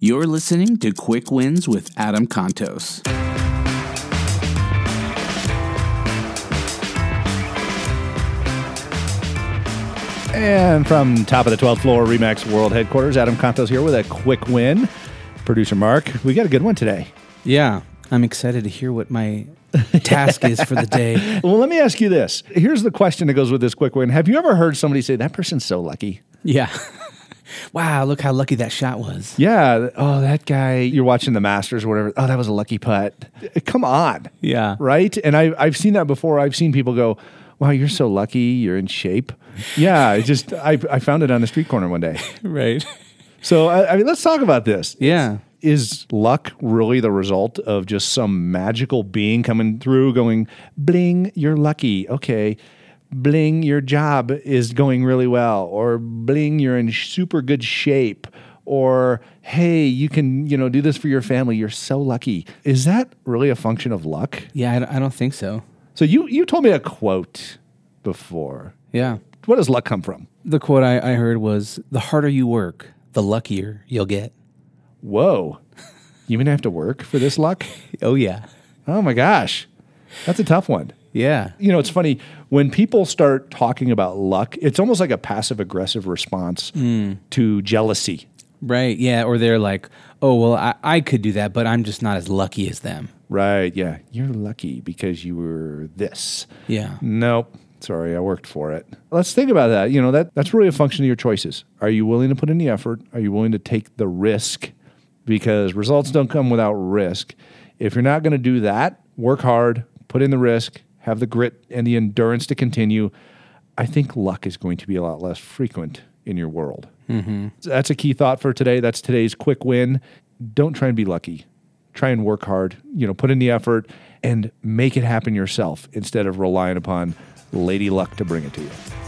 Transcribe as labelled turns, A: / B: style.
A: You're listening to Quick Wins with Adam Contos.
B: And from top of the 12th floor, Remax World Headquarters, Adam Contos here with a quick win. Producer Mark, we got a good one today.
C: Yeah, I'm excited to hear what my task is for the day.
B: Well, let me ask you this. Here's the question that goes with this quick win. Have you ever heard somebody say, that person's so lucky?
C: Yeah. wow, look how lucky that shot was.
B: Yeah. Oh, that guy, you're watching the Masters or whatever. Oh, that was a lucky putt. Come on.
C: Yeah.
B: Right? And I, I've seen that before. I've seen people go, wow, you're so lucky. You're in shape. Yeah. I just, I, I found it on the street corner one day.
C: Right.
B: So, I, I mean, let's talk about this.
C: Yeah.
B: is luck really the result of just some magical being coming through going bling you're lucky okay bling your job is going really well or bling you're in super good shape or hey you can you know do this for your family you're so lucky is that really a function of luck
C: Yeah, I don't, I don't think so.
B: so you you told me a quote before
C: Yeah.
B: what does luck come from
C: The quote I, I heard was The harder you work, the luckier you'll get.
B: whoa you mean i have to work for this luck
C: Oh, yeah.
B: oh my gosh that's a tough one
C: Yeah.
B: you know, it's funny when people start talking about luck, it's almost like a passive aggressive response to jealousy.
C: Right. Yeah. Or they're like, oh, well, I, I could do that, but I'm just not as lucky as them.
B: Right. Yeah. You're lucky because you were this.
C: Yeah.
B: Nope. Sorry, I worked for it. Let's think about that. You know, that that's really a function of your choices. Are you willing to put in the effort? Are you willing to take the risk? Because results don't come without risk. If you're not going to do that, work hard, put in the risk, have the grit and the endurance to continue. I think luck is going to be a lot less frequent in your world. So that's a key thought for today. That's today's quick win. Don't try and be lucky. Try and work hard, you know, put in the effort and make it happen yourself instead of relying upon lady luck to bring it to you.